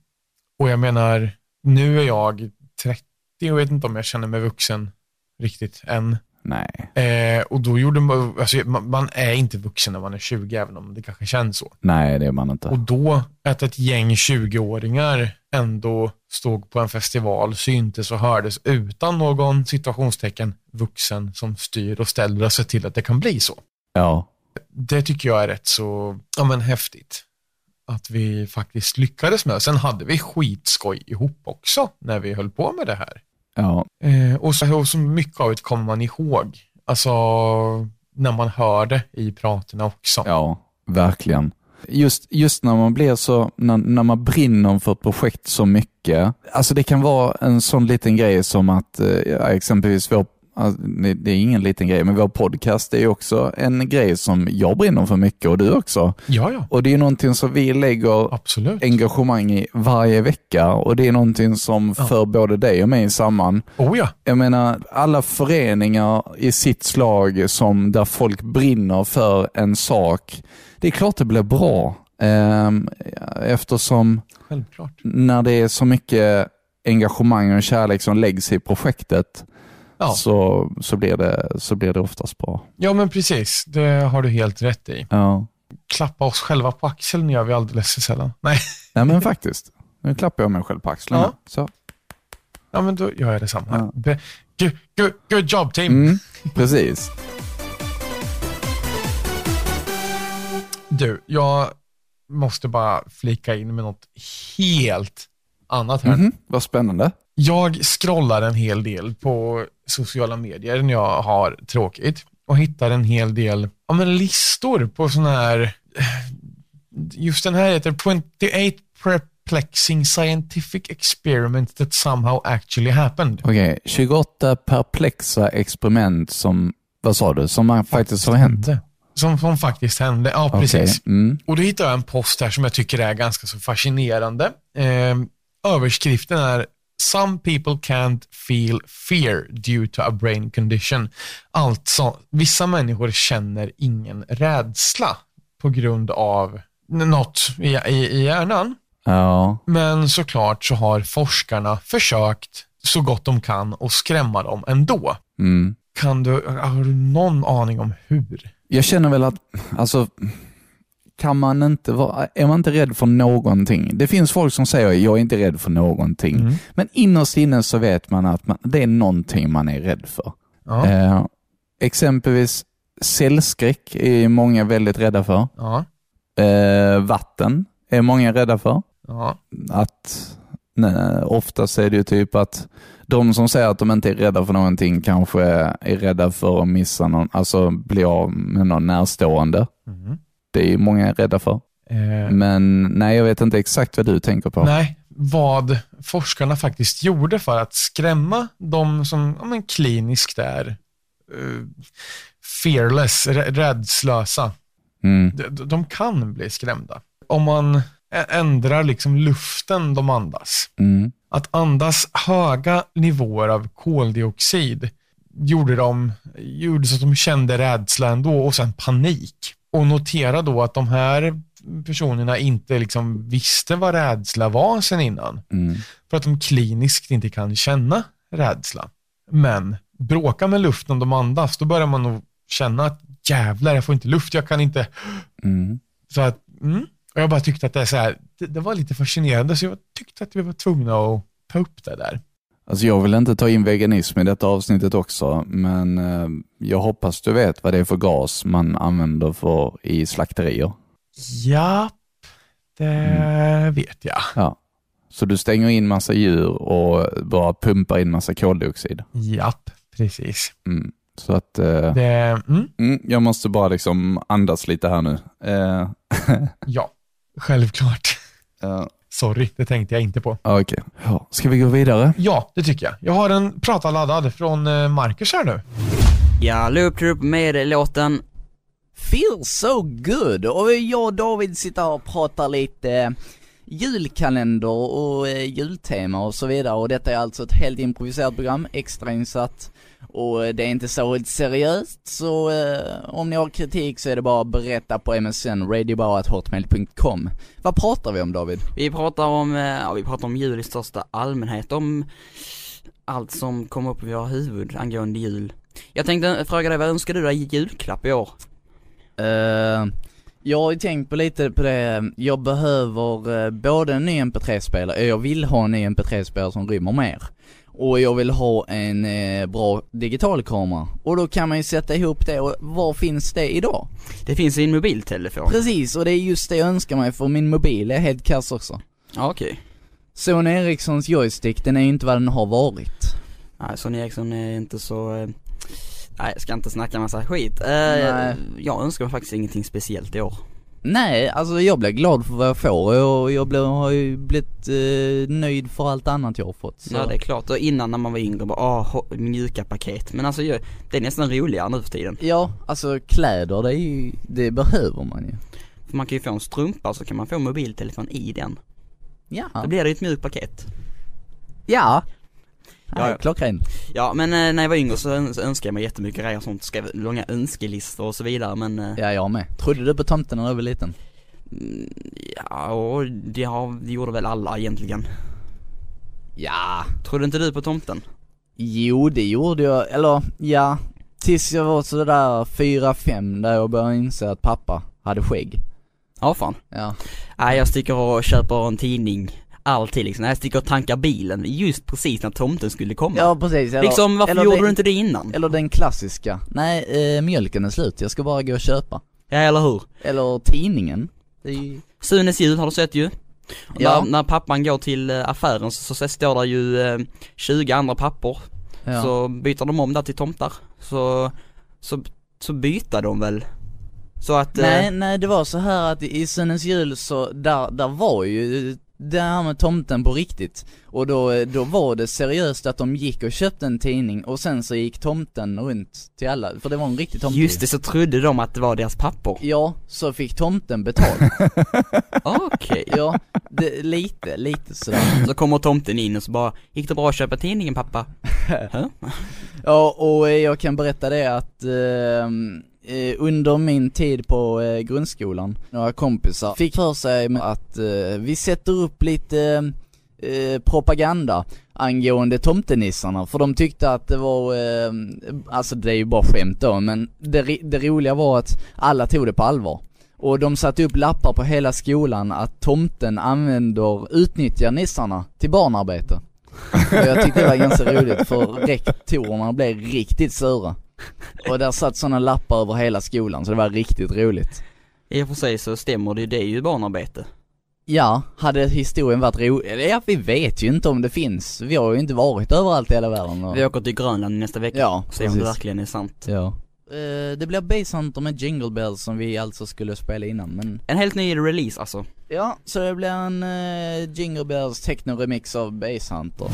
[SPEAKER 3] och jag menar, nu är jag 30 och vet inte om jag känner mig vuxen riktigt än.
[SPEAKER 2] Nej,
[SPEAKER 3] Ehm, och då gjorde man, alltså, man, man är inte vuxen när man är 20, även om det kanske känns så.
[SPEAKER 2] nej det är man inte.
[SPEAKER 3] Och då, att ett gäng 20-åringar ändå stod på en festival, syntes och hördes utan någon situationstecken vuxen som styr och ställer och ser till att det kan bli så.
[SPEAKER 2] Ja,
[SPEAKER 3] Det tycker jag är rätt så ja, men, häftigt. Att vi faktiskt lyckades med. Sen hade vi skitskoj ihop också när vi höll på med det här.
[SPEAKER 2] ja,
[SPEAKER 3] Eh, och, så, och så mycket av det kommer man ihåg. Alltså när man hör det i praterna också.
[SPEAKER 2] ja, verkligen. Just, just när man blir så, när, när man brinner för ett projekt så mycket. Alltså det kan vara en sån liten grej som att eh, ja, exempelvis vår, alltså, det det är ingen liten grej, men vår podcast är ju också en grej som jag brinner för mycket och du också.
[SPEAKER 3] ja, ja
[SPEAKER 2] Och det är ju någonting som vi lägger
[SPEAKER 3] absolut.
[SPEAKER 2] engagemang i varje vecka och det är någonting som
[SPEAKER 3] Ja.
[SPEAKER 2] för både dig och mig samman.
[SPEAKER 3] Oh ja.
[SPEAKER 2] Jag menar, alla föreningar i sitt slag som där folk brinner för en sak, det är klart det blir bra. Ehm, Eftersom
[SPEAKER 3] Självklart.
[SPEAKER 2] när det är så mycket engagemang och kärlek som läggs i projektet
[SPEAKER 3] Ja.
[SPEAKER 2] så, så, blir det, så blir det oftast bra.
[SPEAKER 3] Ja, men precis. Det har du helt rätt i.
[SPEAKER 2] Ja.
[SPEAKER 3] Klappa oss själva på axeln gör vi alldeles för sällan. Nej,
[SPEAKER 2] Nej men faktiskt. Nu klappar jag mig själv på axlarna.
[SPEAKER 3] Ja.
[SPEAKER 2] Så.
[SPEAKER 3] ja, men då gör jag detsamma.
[SPEAKER 2] Ja.
[SPEAKER 3] Be- good, good, good job, team.
[SPEAKER 2] Mm, precis.
[SPEAKER 3] Du, jag måste bara flika in med något helt annat här.
[SPEAKER 2] Mhm, Vad spännande.
[SPEAKER 3] Jag scrollar en hel del på sociala medier när jag har tråkigt och hittar en hel del ja, men listor på sådana här, just den här heter 28 perplexing scientific experiments that somehow actually happened.
[SPEAKER 2] Okej, 28 perplexa experiment som, vad sa du, som man faktiskt har hänt?
[SPEAKER 3] Som, som faktiskt hände, ja
[SPEAKER 2] Okej,
[SPEAKER 3] precis.
[SPEAKER 2] Mm.
[SPEAKER 3] Och då hittade jag en post här som jag tycker är ganska så fascinerande. Eh, överskriften är Some people can't feel fear due to a brain condition. Alltså, vissa människor känner ingen rädsla på grund av n- något i, i, i hjärnan.
[SPEAKER 2] Ja,
[SPEAKER 3] Men såklart så har forskarna försökt så gott de kan och skrämma dem ändå.
[SPEAKER 2] mm.
[SPEAKER 3] Kan du, har du någon aning om hur?
[SPEAKER 2] Jag känner väl att, alltså, kan man inte vara, är man inte rädd för någonting? Det finns folk som säger, jag är inte rädd för någonting. Men innerst inne så vet man att man, det är någonting man är rädd för.
[SPEAKER 3] Ja.
[SPEAKER 2] Eh, exempelvis cellskräck är många väldigt rädda för.
[SPEAKER 3] Ja.
[SPEAKER 2] Eh, vatten är många rädda för.
[SPEAKER 3] ja.
[SPEAKER 2] att nej, oftast är det ju typ att de som säger att de inte är rädda för någonting kanske är rädda för att missa någon, alltså bli av med någon närstående.
[SPEAKER 3] Mm.
[SPEAKER 2] Det är ju många rädda för.
[SPEAKER 3] Eh,
[SPEAKER 2] Men nej, jag vet inte exakt vad du tänker på.
[SPEAKER 3] Nej, vad forskarna faktiskt gjorde för att skrämma de som ja, men kliniskt är eh, fearless, rä- räddslösa.
[SPEAKER 2] Mm.
[SPEAKER 3] De, de- de kan bli skrämda. Om man ä- ändrar liksom luften de andas.
[SPEAKER 2] Mm.
[SPEAKER 3] Att andas höga nivåer av koldioxid gjorde, dem, gjorde så att de kände rädsla ändå och sen panik. Och notera då att de här personerna inte liksom visste vad rädsla var sen innan.
[SPEAKER 2] Mm.
[SPEAKER 3] För att de kliniskt inte kan känna rädsla. Men bråka med luften de andas, då börjar man nog känna att jävlar, jag får inte luft, jag kan inte.
[SPEAKER 2] Mm.
[SPEAKER 3] Så att, mm. Och jag bara tyckte att det, är så här, det, det var lite fascinerande, så jag tyckte att vi var tvungna att ta upp det där.
[SPEAKER 2] Alltså jag vill inte ta in veganism i detta avsnittet också, men eh, jag hoppas du vet vad det är för gas man använder för i slakterier.
[SPEAKER 3] Ja, det vet jag.
[SPEAKER 2] Ja. Så du stänger in massa djur och bara pumpar in massa koldioxid.
[SPEAKER 3] Japp, precis.
[SPEAKER 2] Mm. Så att, eh,
[SPEAKER 3] Det, mm,
[SPEAKER 2] mm, jag måste bara liksom andas lite här nu. Eh,
[SPEAKER 3] ja, självklart.
[SPEAKER 2] Ja,
[SPEAKER 3] Sorry, det tänkte jag inte på.
[SPEAKER 2] Okej. eh, Ja, ska vi gå vidare?
[SPEAKER 3] Ja, det tycker jag. Jag har en prata laddad från eh, Marcus här nu.
[SPEAKER 7] Jag la upp upp med låten
[SPEAKER 4] Feel so good! Och jag och David sitter här och pratar lite eh, julkalender och eh, jultema och så vidare och detta är alltså ett helt improviserat program, extrainsatt och eh, det är inte särskilt seriöst så eh, om ni har kritik så är det bara att berätta på MSN, radiobarat.hotmail.com. Vad pratar vi om David?
[SPEAKER 7] Vi pratar om, eh, ja, vi pratar om jul i största allmänhet, om allt som kommer upp i våra huvud angående jul. Jag tänkte fråga dig, vad önskar du dig i julklapp i år?
[SPEAKER 4] Eh, jag har ju tänkt på lite på det, jag behöver eh, både en ny MP3-spelare, eh, jag vill ha en ny MP3-spelare som rymmer mer. Och jag vill ha en eh, bra digital kamera. Och då kan man ju sätta ihop det och var finns det idag?
[SPEAKER 7] Det finns i en mobiltelefon.
[SPEAKER 4] Precis, och det är just det jag önskar mig för min mobil är helt kass också.
[SPEAKER 7] Ja, Ah, okej.
[SPEAKER 4] Sony Ericssons joystick, den är ju inte vad den har varit.
[SPEAKER 7] Nej, Sonny Eriksson är inte så, eh, nej jag ska inte snacka massa skit. Eh,
[SPEAKER 4] Nej.
[SPEAKER 7] Jag önskar mig faktiskt ingenting speciellt i år.
[SPEAKER 4] Nej, alltså jag blir glad för vad jag får och jag blir, har ju blivit eh, nöjd för allt annat jag har fått. Så.
[SPEAKER 7] Ja det är klart, och innan när man var yngre bara ah, ho- mjuka paket. Men alltså ju, det är nästan roligare nu för tiden.
[SPEAKER 4] Ja, alltså kläder det är ju, det behöver man ju.
[SPEAKER 7] För man kan ju få en strumpa så kan man få en mobiltelefon i den. Då
[SPEAKER 4] Ja.
[SPEAKER 7] blir det ju ett mjukt paket.
[SPEAKER 4] Ja.
[SPEAKER 7] Ja, ja.
[SPEAKER 4] Klockren.
[SPEAKER 7] Ja men eh, när jag var yngre så, öns- så önskade jag mig jättemycket grejer och sånt, skrev långa önskelistor och så vidare men eh,
[SPEAKER 4] Ja, jag med. Trodde du på tomten när du var liten?
[SPEAKER 7] ja, och det, har, det gjorde väl alla egentligen.
[SPEAKER 4] Ja.
[SPEAKER 7] Trodde inte du på tomten?
[SPEAKER 4] Jo, det gjorde jag. Eller, ja. Tills jag var sådär 4-5 där jag började inse att pappa hade skägg.
[SPEAKER 7] Ja fan.
[SPEAKER 4] Ja.
[SPEAKER 7] Nej jag sticker och köper en tidning, alltid liksom. Nej, Jag sticker och tankar bilen just precis när tomten skulle komma.
[SPEAKER 4] Ja, precis. Eller,
[SPEAKER 7] liksom varför
[SPEAKER 4] eller
[SPEAKER 7] gjorde
[SPEAKER 4] den-
[SPEAKER 7] du inte det innan?
[SPEAKER 4] Eller den klassiska. Nej, eh, mjölken är slut. Jag ska bara gå och köpa.
[SPEAKER 7] Ja eller hur?
[SPEAKER 4] Eller tidningen. Det är ju...
[SPEAKER 7] Sunes jul har du sett ju.
[SPEAKER 4] Ja.
[SPEAKER 7] När, när pappan går till eh, affären så, så står där ju eh, 20 andra pappor.
[SPEAKER 4] Ja.
[SPEAKER 7] Så byter de om där till tomtar. Så, så, så byter de väl. Så att, eh,
[SPEAKER 4] Nej, nej det var så här att i Sunes jul så, där, där var ju det här med tomten på riktigt. Och då, då var det seriöst att de gick och köpte en tidning och sen så gick tomten runt till alla, för det var en riktig tomte
[SPEAKER 7] just
[SPEAKER 4] ju.
[SPEAKER 7] det så trodde de att det var deras pappor.
[SPEAKER 4] Ja, så fick tomten betalt.
[SPEAKER 7] Okej.
[SPEAKER 4] ja, det, lite, lite sådär.
[SPEAKER 7] Så kommer tomten in och så bara, gick det bra att köpa tidningen pappa? Hä?
[SPEAKER 4] Ja, och eh, jag kan berätta det att eh, eh, under min tid på eh, grundskolan, några kompisar fick för sig med att eh, vi sätter upp lite eh, propaganda angående tomtenissarna, för de tyckte att det var, eh, alltså det är ju bara skämt då, men det, ri- det roliga var att alla tog det på allvar. Och de satte upp lappar på hela skolan att tomten använder, utnyttjar nissarna till barnarbete. Och jag tyckte det var ganska roligt för rektorerna blev riktigt sura. Och där satt sådana lappar över hela skolan så det var riktigt roligt.
[SPEAKER 7] I och för sig så stämmer det ju, det är ju barnarbete.
[SPEAKER 4] Ja, hade historien varit rolig, eller ja vi vet ju inte om det finns, vi har ju inte varit överallt i hela världen. Och...
[SPEAKER 7] Vi åker till Grönland nästa vecka
[SPEAKER 4] Ja,
[SPEAKER 7] och ser om det verkligen är sant.
[SPEAKER 4] Ja. Eh, det blir Basehunter med Jingle Bells som vi alltså skulle spela innan men
[SPEAKER 7] En helt ny release alltså.
[SPEAKER 4] Ja, så det blir en eh, Jingle Bells techno-remix av Basehunter.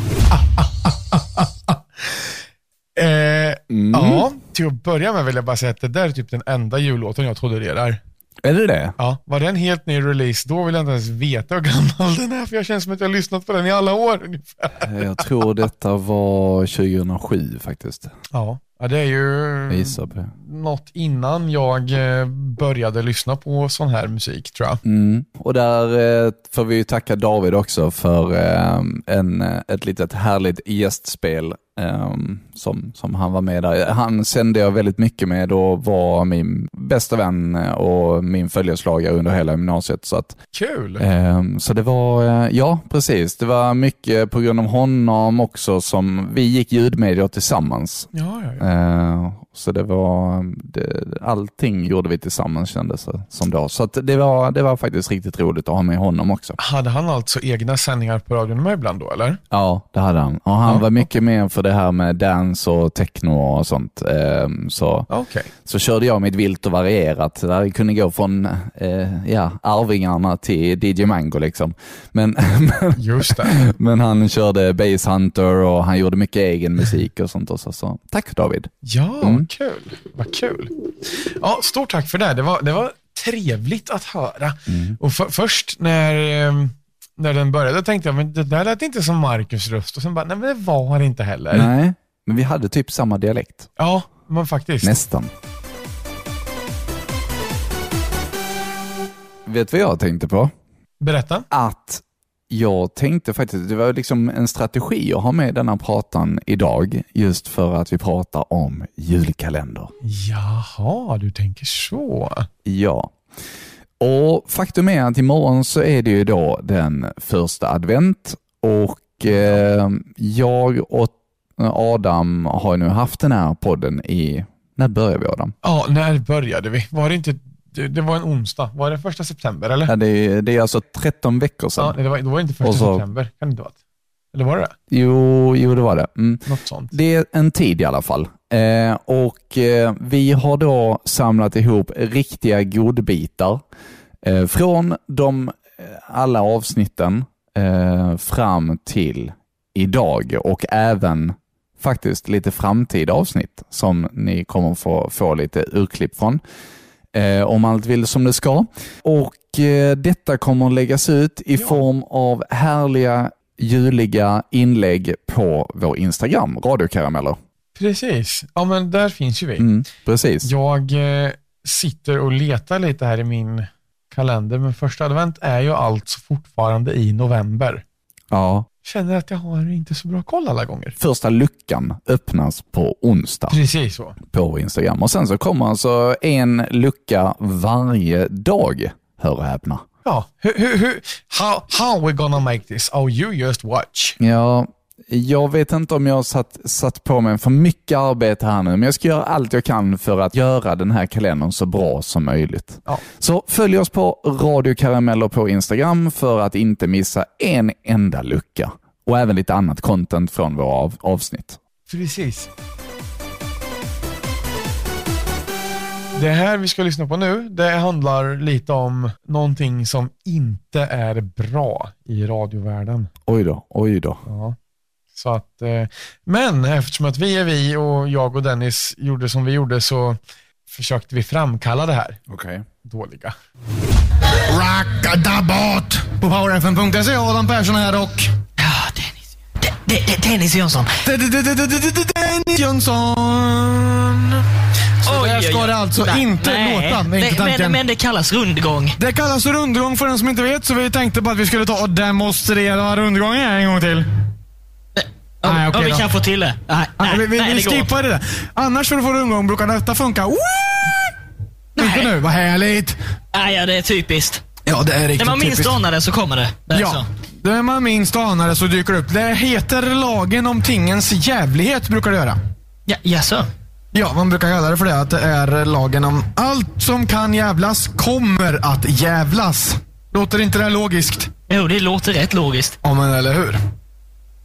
[SPEAKER 3] Eh,
[SPEAKER 2] Mm.
[SPEAKER 3] Ja, till att börja med vill jag bara säga att det där är typ den enda jullåten jag tolererar.
[SPEAKER 2] Är det det?
[SPEAKER 3] Ja, var det en helt ny release, då vill jag inte ens veta hur gammal den är, för jag känns som att jag har lyssnat på den i alla år ungefär.
[SPEAKER 2] Eh, Jag tror detta var 2007 faktiskt.
[SPEAKER 3] Ja, ja det är
[SPEAKER 2] Jag
[SPEAKER 3] ju
[SPEAKER 2] gissar på det.
[SPEAKER 3] något innan jag eh, började lyssna på sån här musik tror jag.
[SPEAKER 2] Mm. Och där eh, får vi ju tacka David också för eh, en, eh, ett litet härligt gästspel eh, som, som han var med där. Han sände jag väldigt mycket med och var min bästa vän eh, och min följeslagare under hela gymnasiet. Så, att,
[SPEAKER 3] Kul!
[SPEAKER 2] eh, så det var, eh, ja precis, det var mycket på grund av honom också som vi gick ljudmedia tillsammans.
[SPEAKER 3] Ja, ja, ja.
[SPEAKER 2] Eh, Så det var, det, allting gjorde vi tillsammans kändes det som då. Så att det, var, det var faktiskt riktigt roligt att ha med honom också.
[SPEAKER 3] Hade han alltså egna sändningar på radion med ibland då, eller?
[SPEAKER 2] Ja, det hade han. Och han
[SPEAKER 3] Ja.
[SPEAKER 2] var mycket med för det det här med dance och techno och sånt. ehm, så,
[SPEAKER 3] Okej.
[SPEAKER 2] så körde jag mitt vilt och varierat. Där jag kunde gå från eh, ja, Arvingarna till DJ Mango liksom. Men,
[SPEAKER 3] Just det.
[SPEAKER 2] men han körde Bass Hunter och han gjorde mycket egen musik och sånt också. Så. Tack David.
[SPEAKER 3] Ja,
[SPEAKER 2] Mm.
[SPEAKER 3] vad kul. Vad kul. Ja, stort tack för det. Det var, det var trevligt att höra.
[SPEAKER 2] Mm.
[SPEAKER 3] Och för, först när, ehm, när den började tänkte jag, men det där lät inte som Marcus röst. Och sen bara, nej men det var det inte heller.
[SPEAKER 2] Nej, men vi hade typ samma dialekt.
[SPEAKER 3] Ja, men faktiskt.
[SPEAKER 2] Nästan. Vet du vad jag tänkte på?
[SPEAKER 3] Berätta.
[SPEAKER 2] Att jag tänkte faktiskt, det var liksom en strategi att ha med denna pratan idag, just för att vi pratar om julkalender.
[SPEAKER 3] Jaha, du tänker så.
[SPEAKER 2] Ja. Och faktum är att imorgon så är det ju då den första advent och eh, jag och Adam har nu haft den här podden i, när började vi Adam?
[SPEAKER 3] Ja, när började vi? Var det inte, det, det var en onsdag. Var det första september eller?
[SPEAKER 2] Ja, det, är, det är alltså 13 veckor sedan.
[SPEAKER 3] Ja, nej, det var, då var det inte första
[SPEAKER 2] Och så-
[SPEAKER 3] september. Kan det inte vara? Eller var det det?
[SPEAKER 2] Jo, jo, det var det. Mm.
[SPEAKER 3] Något sånt.
[SPEAKER 2] Det är en tid i alla fall. Eh, och eh, Vi har då samlat ihop riktiga godbitar eh, från de eh, alla avsnitten eh, fram till idag och även faktiskt lite framtida avsnitt som ni kommer få, få lite urklipp från. Eh, om allt vill som det ska. Och eh, Detta kommer att läggas ut i form av härliga juliga inlägg på vår Instagram, radiokarameller.
[SPEAKER 3] Precis. Ja, men där finns ju vi.
[SPEAKER 2] Mm, precis.
[SPEAKER 3] Jag eh, sitter och letar lite här i min kalender, men första advent är ju alltså fortfarande i november.
[SPEAKER 2] Ja.
[SPEAKER 3] Känner att jag har inte så bra koll alla gånger.
[SPEAKER 2] Första luckan öppnas på onsdag
[SPEAKER 3] Precis så.
[SPEAKER 2] på vår Instagram och sen så kommer alltså en lucka varje dag, hör och häpna.
[SPEAKER 3] Ja, hur, hur, hur, how, how we gonna make this? Oh, you just watch.
[SPEAKER 2] Ja, jag vet inte om jag har satt, satt på mig för mycket arbete här nu, men jag ska göra allt jag kan för att göra den här kalendern så bra som möjligt.
[SPEAKER 3] Ja.
[SPEAKER 2] Så följ oss på Radio Karameller på Instagram för att inte missa en enda lucka och även lite annat content från våra av, avsnitt.
[SPEAKER 3] Precis. Det här vi ska lyssna på nu, det handlar lite om någonting som inte är bra i radiovärlden.
[SPEAKER 2] Oj då, oj då.
[SPEAKER 3] Ja. Så att, eh, men eftersom att vi är vi och jag och Dennis gjorde som vi gjorde så försökte vi framkalla det här
[SPEAKER 2] Okej.
[SPEAKER 3] dåliga.
[SPEAKER 5] Rackadabot! På powerfm.se. Adam Persson här och...
[SPEAKER 8] Dennis Jönsson.
[SPEAKER 5] Dennis Jönsson! Så
[SPEAKER 8] Oj,
[SPEAKER 5] där
[SPEAKER 8] oj,
[SPEAKER 5] ska
[SPEAKER 8] oj.
[SPEAKER 5] det alltså
[SPEAKER 8] Nej.
[SPEAKER 5] inte
[SPEAKER 8] Nej.
[SPEAKER 5] låta, är inte
[SPEAKER 8] Det- men,
[SPEAKER 5] tanken.
[SPEAKER 8] men det kallas rundgång.
[SPEAKER 5] Det kallas för rundgång för den som inte vet, så vi tänkte bara att vi skulle ta och demonstrera vad rundgång är en gång till.
[SPEAKER 8] Om,
[SPEAKER 5] Nej, okej
[SPEAKER 8] om vi
[SPEAKER 5] då.
[SPEAKER 8] kan få till det. Nej,
[SPEAKER 5] Nej,
[SPEAKER 8] nej,
[SPEAKER 5] vi vi,
[SPEAKER 8] nej,
[SPEAKER 5] vi
[SPEAKER 8] det går inte.
[SPEAKER 5] skippar det där. Annars för att få rundgång brukar detta funka. Woo! Inte nu, vad härligt!
[SPEAKER 8] Nej, ja, det är typiskt.
[SPEAKER 5] Ja, det är riktigt
[SPEAKER 8] När man minst anar det så kommer det. det är
[SPEAKER 5] Ja,
[SPEAKER 8] så.
[SPEAKER 5] när man minst anar det så dyker det upp. Det heter lagen om tingens jävlighet, brukar det göra.
[SPEAKER 8] Ja, jaså?
[SPEAKER 5] Ja, man brukar kalla det för det, att det är lagen om allt som kan jävlas kommer att jävlas. Låter inte det här logiskt?
[SPEAKER 8] Jo, det låter rätt logiskt.
[SPEAKER 5] Ja, men eller hur?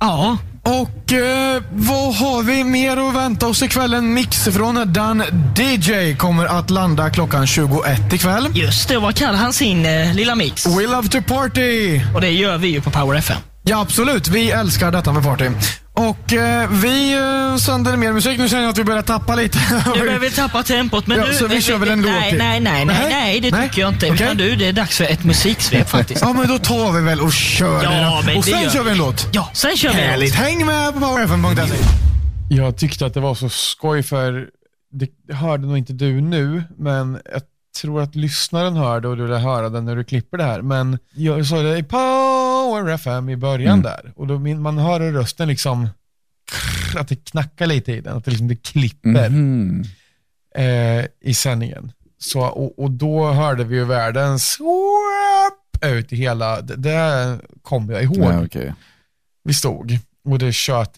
[SPEAKER 8] Ja.
[SPEAKER 5] Och eh, vad har vi mer att vänta oss ikväll? En mix från Dan DJ kommer att landa klockan 21 ikväll.
[SPEAKER 8] Just det, vad kallar han sin eh, lilla mix?
[SPEAKER 5] We love to party!
[SPEAKER 8] Och det gör vi ju på Power FM.
[SPEAKER 5] Ja, absolut. Vi älskar detta med party. Och eh, vi eh, sänder mer musik. Nu känner jag att vi börjar tappa lite.
[SPEAKER 8] Nu börjar vi tappa tempot, men
[SPEAKER 5] Ja,
[SPEAKER 8] du... eh,
[SPEAKER 5] så vi kör väl en låt
[SPEAKER 8] nej,
[SPEAKER 5] till?
[SPEAKER 8] nej, nej,
[SPEAKER 5] Nej?
[SPEAKER 8] nej, nej, det
[SPEAKER 5] Nej?
[SPEAKER 8] tycker jag inte.
[SPEAKER 5] Okej.
[SPEAKER 8] Utan du, det är dags för ett musiksvep faktiskt.
[SPEAKER 5] Ja, men då tar vi väl och kör
[SPEAKER 8] Ja,
[SPEAKER 5] det då.
[SPEAKER 8] men
[SPEAKER 5] Och
[SPEAKER 8] det
[SPEAKER 5] sen
[SPEAKER 8] gör
[SPEAKER 5] kör vi en
[SPEAKER 8] vi.
[SPEAKER 5] låt.
[SPEAKER 8] Ja, sen kör vi. en
[SPEAKER 5] Härligt.
[SPEAKER 8] låt.
[SPEAKER 5] Häng med på powerfm.se.
[SPEAKER 3] Jag tyckte att det var så skoj för, det det hörde nog inte du nu, men jag tror att lyssnaren hör det och du lär höra det när du klipper det här. Men jag sa det i Power FM i början
[SPEAKER 2] Mm.
[SPEAKER 3] där och då min, man hör hur rösten liksom krr, att det knackar lite i den, att det, liksom, det klipper.
[SPEAKER 2] Mhm.
[SPEAKER 3] eh, i sändningen. Så, och, och då hörde vi ju världen swap ut i hela, det, det kom jag ihåg.
[SPEAKER 2] Ja, okej.
[SPEAKER 3] Vi stod och det tjöt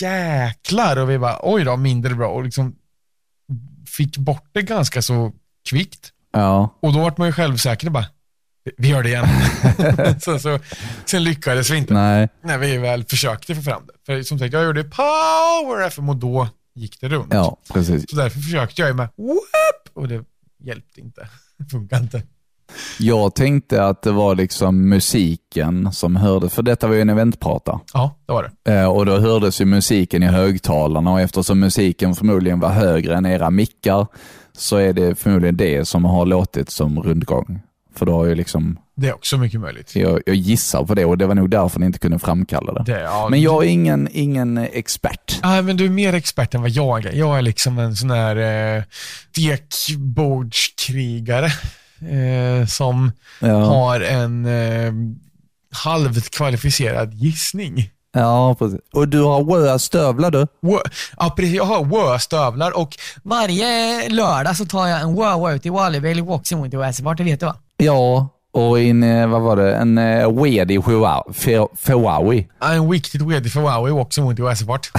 [SPEAKER 3] jäklar och vi bara oj då, mindre bra och liksom fick bort det ganska så kvickt.
[SPEAKER 2] Ja,
[SPEAKER 3] Och då vart man ju självsäker och bara vi gör det igen. sen, så, sen lyckades vi inte
[SPEAKER 2] Nej.
[SPEAKER 3] när vi väl försökte få fram det. För som sagt, jag gjorde Power FM och då gick det runt.
[SPEAKER 2] Ja, precis.
[SPEAKER 3] Så därför försökte jag ju med Whoop! och det hjälpte inte. Det funkade inte.
[SPEAKER 2] Jag tänkte att det var liksom musiken som hörde, för detta var ju en eventprata.
[SPEAKER 3] Ja, det var det.
[SPEAKER 2] Eh, Och då hördes ju musiken i högtalarna och eftersom musiken förmodligen var högre än era mickar så är det förmodligen det som har låtit som rundgång. För då har ju liksom,
[SPEAKER 3] Det är också mycket möjligt.
[SPEAKER 2] jag, jag gissar på det och det var nog därför ni inte kunde framkalla det.
[SPEAKER 3] Det, ja.
[SPEAKER 2] Men jag är ingen, ingen expert.
[SPEAKER 3] Nej, men du är mer expert än vad jag är. Jag är liksom en sån här eh, stekbordskrigare eh, som
[SPEAKER 2] Ja,
[SPEAKER 3] har en eh, halvt kvalificerad gissning.
[SPEAKER 2] ja precis. Och du har röda stövlar du.
[SPEAKER 3] Wö, ja, precis. Jag har wö-stövlar och
[SPEAKER 9] Varje lördag så tar jag en wow ut i Walibi, walks mot OS, vart det vet du va?
[SPEAKER 2] Ja, och en, eh, vad var det, en eh, wed i Huaw- Fe- Huawei.
[SPEAKER 3] ja, en riktigt wedig för Huawei walks emot i OS-fart.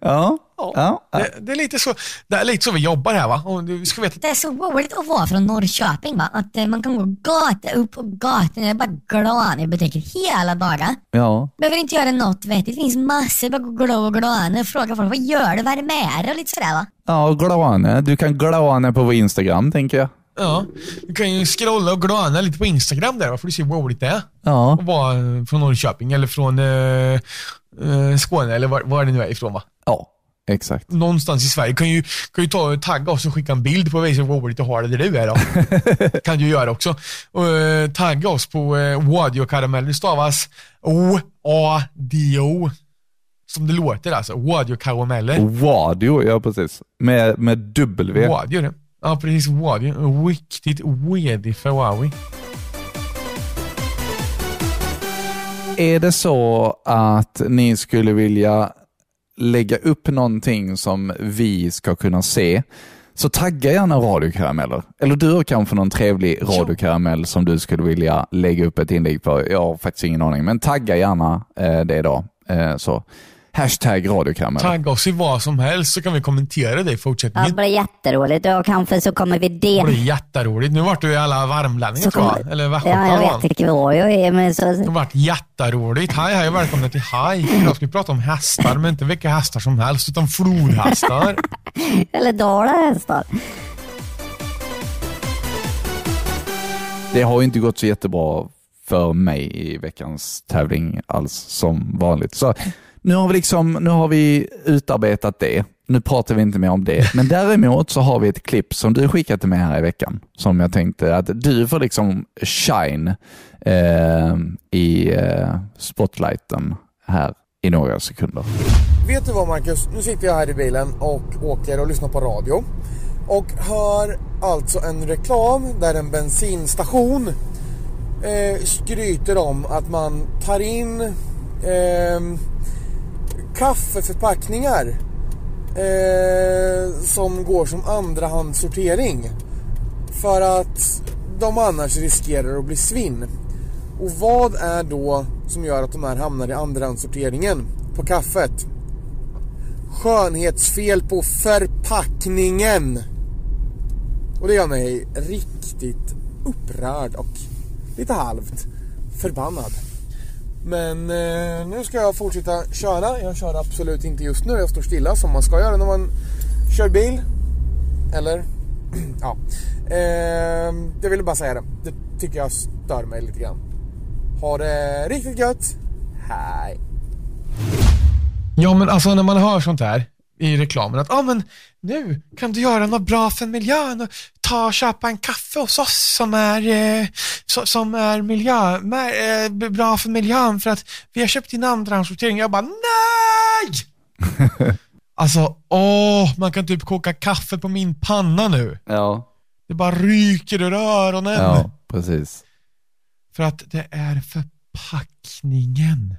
[SPEAKER 2] Ja, ja. ja.
[SPEAKER 3] Det, det, är lite så, det är lite så vi jobbar här va? Och du ska veta
[SPEAKER 10] Det är så roligt att vara från Norrköping. Va? Att eh, man kan gå gata upp och gatan är bara glad i butiken hela dagen.
[SPEAKER 2] ja.
[SPEAKER 10] Behöver inte göra något vettigt. Det finns massor. Bara gå glad och glad och fråga folk vad gör du, vad är det med dig och lite sådär va.
[SPEAKER 2] Ja, och Glane. Du kan Glane på vår Instagram, tänker jag.
[SPEAKER 3] Ja, du kan ju scrolla och glana lite på Instagram där, va, för du ser hur roligt det är.
[SPEAKER 2] Ja,
[SPEAKER 3] Och vara från Norrköping eller från eh, eh, Skåne eller var, var det nu är ifrån. Va?
[SPEAKER 2] ja exakt.
[SPEAKER 3] Någonstans i Sverige. Kan ju, kan ju ta, tagga oss och skicka en bild på och visa hur roligt du har det där du är. Då. kan du göra också. Och, eh, tagga oss på eh, Wadiokarameller. Det stavas O-A-D-O. Som det låter alltså. Wadiokarameller.
[SPEAKER 2] Wadio, ja precis. Med, med W.
[SPEAKER 3] Wadio det. Ja, precis. Wadio. Riktigt wedig för Huawei.
[SPEAKER 2] Är det så att ni skulle vilja lägga upp någonting som vi ska kunna se, så tagga gärna radiokarameller. Eller du har kanske någon trevlig radiokaramell som du skulle vilja lägga upp ett inlägg på. Jag har faktiskt ingen aning, men tagga gärna eh, det då. Eh, så. Hashtag radiokarameller.
[SPEAKER 3] Tagga oss i vad som helst så kan vi kommentera det i fortsättningen.
[SPEAKER 10] blir jätteroligt och kanske så kommer vi
[SPEAKER 3] Det
[SPEAKER 10] det.
[SPEAKER 3] blir jätteroligt. Nu vart du i alla varmlänningar
[SPEAKER 10] Så
[SPEAKER 3] tror jag.
[SPEAKER 10] kommer-
[SPEAKER 3] Eller västgötar var han.
[SPEAKER 10] inte vad jag är men så...
[SPEAKER 3] Det vart jätteroligt. Hej, hej, välkomna till Haj. Jag skulle prata om hästar, men inte vilka hästar som helst, utan flodhästar.
[SPEAKER 10] Eller dalahästar.
[SPEAKER 2] Det har ju inte gått så jättebra för mig i veckans tävling alls som vanligt. Så nu har vi, liksom, nu har vi utarbetat det. Nu pratar vi inte mer om det. Men däremot så har vi ett klipp som du skickat till mig här i veckan som jag tänkte att du får liksom shine eh, i eh, spotlighten här i några sekunder.
[SPEAKER 11] Vet du vad Marcus? Nu sitter jag här i bilen och åker och lyssnar på radio. Och hör alltså en reklam där en bensinstation eh, skryter om att man tar in ehm, kaffeförpackningar eh, som går som andrahandssortering. För att de annars riskerar att bli svinn. Och vad är då som gör att de här hamnar i andrahandssorteringen på kaffet? skönhetsfel på förpackningen. Och det gör mig riktigt upprörd och lite halvt förbannad. Men eh, nu ska jag fortsätta köra. Jag kör absolut inte just nu. Jag står stilla som man ska göra när man kör bil. Eller? ja. Eh, jag ville bara säga det. Det tycker jag stör mig lite grann. Ha det riktigt gött. Hej.
[SPEAKER 3] Ja, men alltså när man hör sånt här i reklamen att ah, men nu kan du göra något bra för miljön och ta och köpa en kaffe hos oss som är, eh, so- som är miljö, med, eh, b- bra för miljön för att vi har köpt din andrahandssortering. Jag bara nej! alltså åh, man kan typ koka kaffe på min panna nu.
[SPEAKER 2] Ja,
[SPEAKER 3] Det bara ryker ur öronen.
[SPEAKER 2] ja precis.
[SPEAKER 3] För att det är förpackningen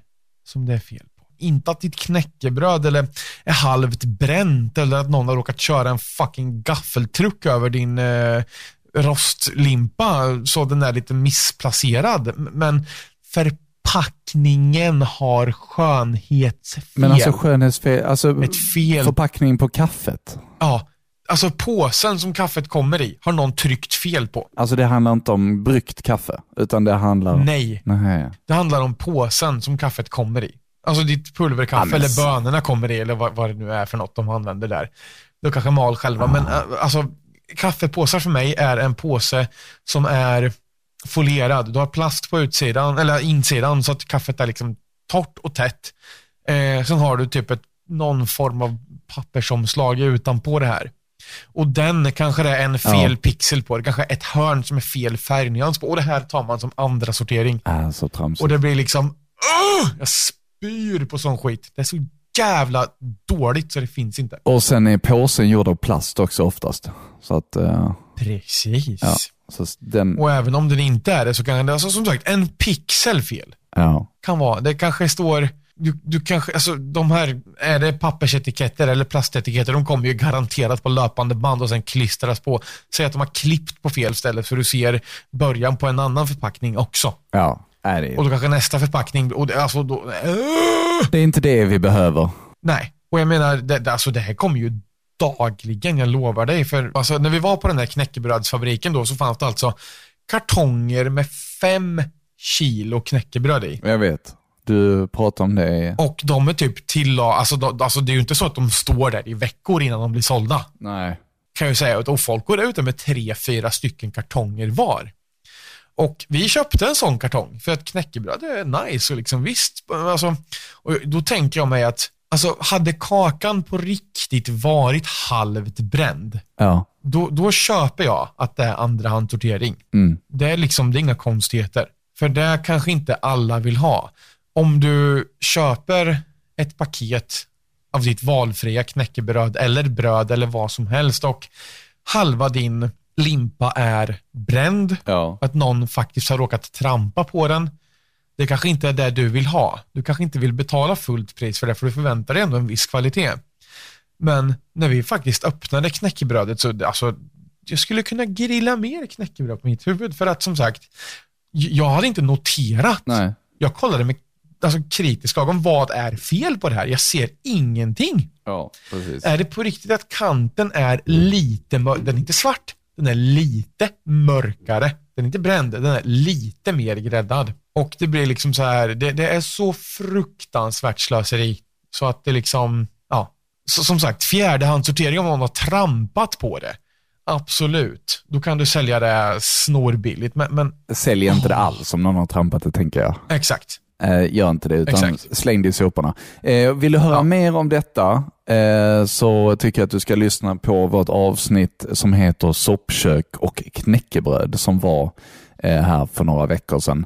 [SPEAKER 3] som det är fel på. Inte att ditt knäckebröd eller är halvt bränt eller att någon har råkat köra en fucking gaffeltruck över din eh, rostlimpa så den är lite missplacerad. M- Men förpackningen har skönhetsfel.
[SPEAKER 2] Men alltså skönhetsfel, alltså
[SPEAKER 3] Ett fel.
[SPEAKER 2] förpackning på kaffet.
[SPEAKER 3] ja. alltså påsen som kaffet kommer i har någon tryckt fel på.
[SPEAKER 2] Alltså det handlar inte om bryggt kaffe, utan det handlar om...
[SPEAKER 3] Nej.
[SPEAKER 2] Nej.
[SPEAKER 3] Det handlar om påsen som kaffet kommer i. Alltså ditt
[SPEAKER 2] Ja,
[SPEAKER 3] pulverkaffe
[SPEAKER 2] men
[SPEAKER 3] eller
[SPEAKER 2] så-
[SPEAKER 3] bönorna kommer i eller vad, vad det nu är för något de använder där. De kanske mal själva, men äh, alltså kaffepåsar för mig är en påse som är folierad. Du har plast på utsidan, eller insidan så att kaffet är liksom torrt och tätt. Eh, sen har du typ ett, någon form av pappersomslag utanpå det här. Och den kanske det är en fel
[SPEAKER 2] Ja.
[SPEAKER 3] pixel på, det kanske är ett hörn som är fel färgnyans på och det här tar man som andra sortering.
[SPEAKER 2] Äh, så tramsigt.
[SPEAKER 3] Och det blir liksom, "Åh!" jag spyr på sån skit. Det är så jävla dåligt så det finns inte.
[SPEAKER 2] Och sen är påsen gjord av plast också oftast. Så att... eh,
[SPEAKER 3] Precis.
[SPEAKER 2] ja. Så s- den...
[SPEAKER 3] Och även om den inte är det så kan det, alltså, som sagt, en pixel fel
[SPEAKER 2] Ja.
[SPEAKER 3] kan vara, det kanske står, du, du kanske, alltså de här, är det pappersetiketter eller plastatiketter, de kommer ju garanterat på löpande band och sen klistras på. Säg att de har klippt på fel ställe så du ser början på en annan förpackning också.
[SPEAKER 2] Ja. Är det,
[SPEAKER 3] Och då kanske nästa förpackning, och det, alltså då,
[SPEAKER 2] det är inte det vi behöver.
[SPEAKER 3] Nej, och jag menar, det, det- alltså det här kommer ju dagligen, jag lovar dig. För alltså, när vi var på den här knäckebrödsfabriken då så fanns det alltså kartonger med fem kilo knäckebröd i.
[SPEAKER 2] Jag vet. Du pratar om det i...
[SPEAKER 3] Och de är typ till, alltså, de, alltså det är ju inte så att de står där i veckor innan de blir sålda.
[SPEAKER 2] Nej.
[SPEAKER 3] Kan jag ju säga, och folk går ut där med tre, fyra stycken kartonger var. Och vi köpte en sån kartong för att knäckebröd är nice och liksom visst. Alltså, och då tänker jag mig att alltså, hade kakan på riktigt varit halvt bränd,
[SPEAKER 2] Ja.
[SPEAKER 3] då, då köper jag att det är andrahandssortering.
[SPEAKER 2] Mm.
[SPEAKER 3] Det är liksom det är inga konstigheter. För det kanske inte alla vill ha. Om du köper ett paket av ditt valfria knäckebröd eller bröd eller vad som helst och halva din limpa är bränd,
[SPEAKER 2] Ja.
[SPEAKER 3] att någon faktiskt har råkat trampa på den. Det kanske inte är det du vill ha. Du kanske inte vill betala fullt pris för det, för du förväntar dig ändå en viss kvalitet. Men när vi faktiskt öppnade knäckebrödet så, alltså, jag skulle kunna grilla mer knäckebröd på mitt huvud. För att som sagt, j- jag hade inte noterat.
[SPEAKER 2] Nej.
[SPEAKER 3] Jag kollade med alltså, kritiska ögon, vad är fel på det här? Jag ser ingenting.
[SPEAKER 2] Ja, precis.
[SPEAKER 3] Är det på riktigt att kanten är lite mörk? Den är inte svart, den är lite mörkare. Den är inte bränd, den är lite mer gräddad. Och det blir liksom så här, det, det är så fruktansvärt slöseri. Så att det liksom, ja. Så, som sagt, fjärdehandssortering om någon har trampat på det. Absolut, då kan du sälja det snorbilligt. Men, men
[SPEAKER 2] Sälj inte det alls om någon har trampat det, tänker jag.
[SPEAKER 3] exakt.
[SPEAKER 2] Eh, gör inte det, utan
[SPEAKER 3] Exakt.
[SPEAKER 2] släng det i soporna. Eh, vill du höra mer om detta eh, så tycker jag att du ska lyssna på vårt avsnitt som heter Soppkök och knäckebröd som var eh, här för några veckor sedan.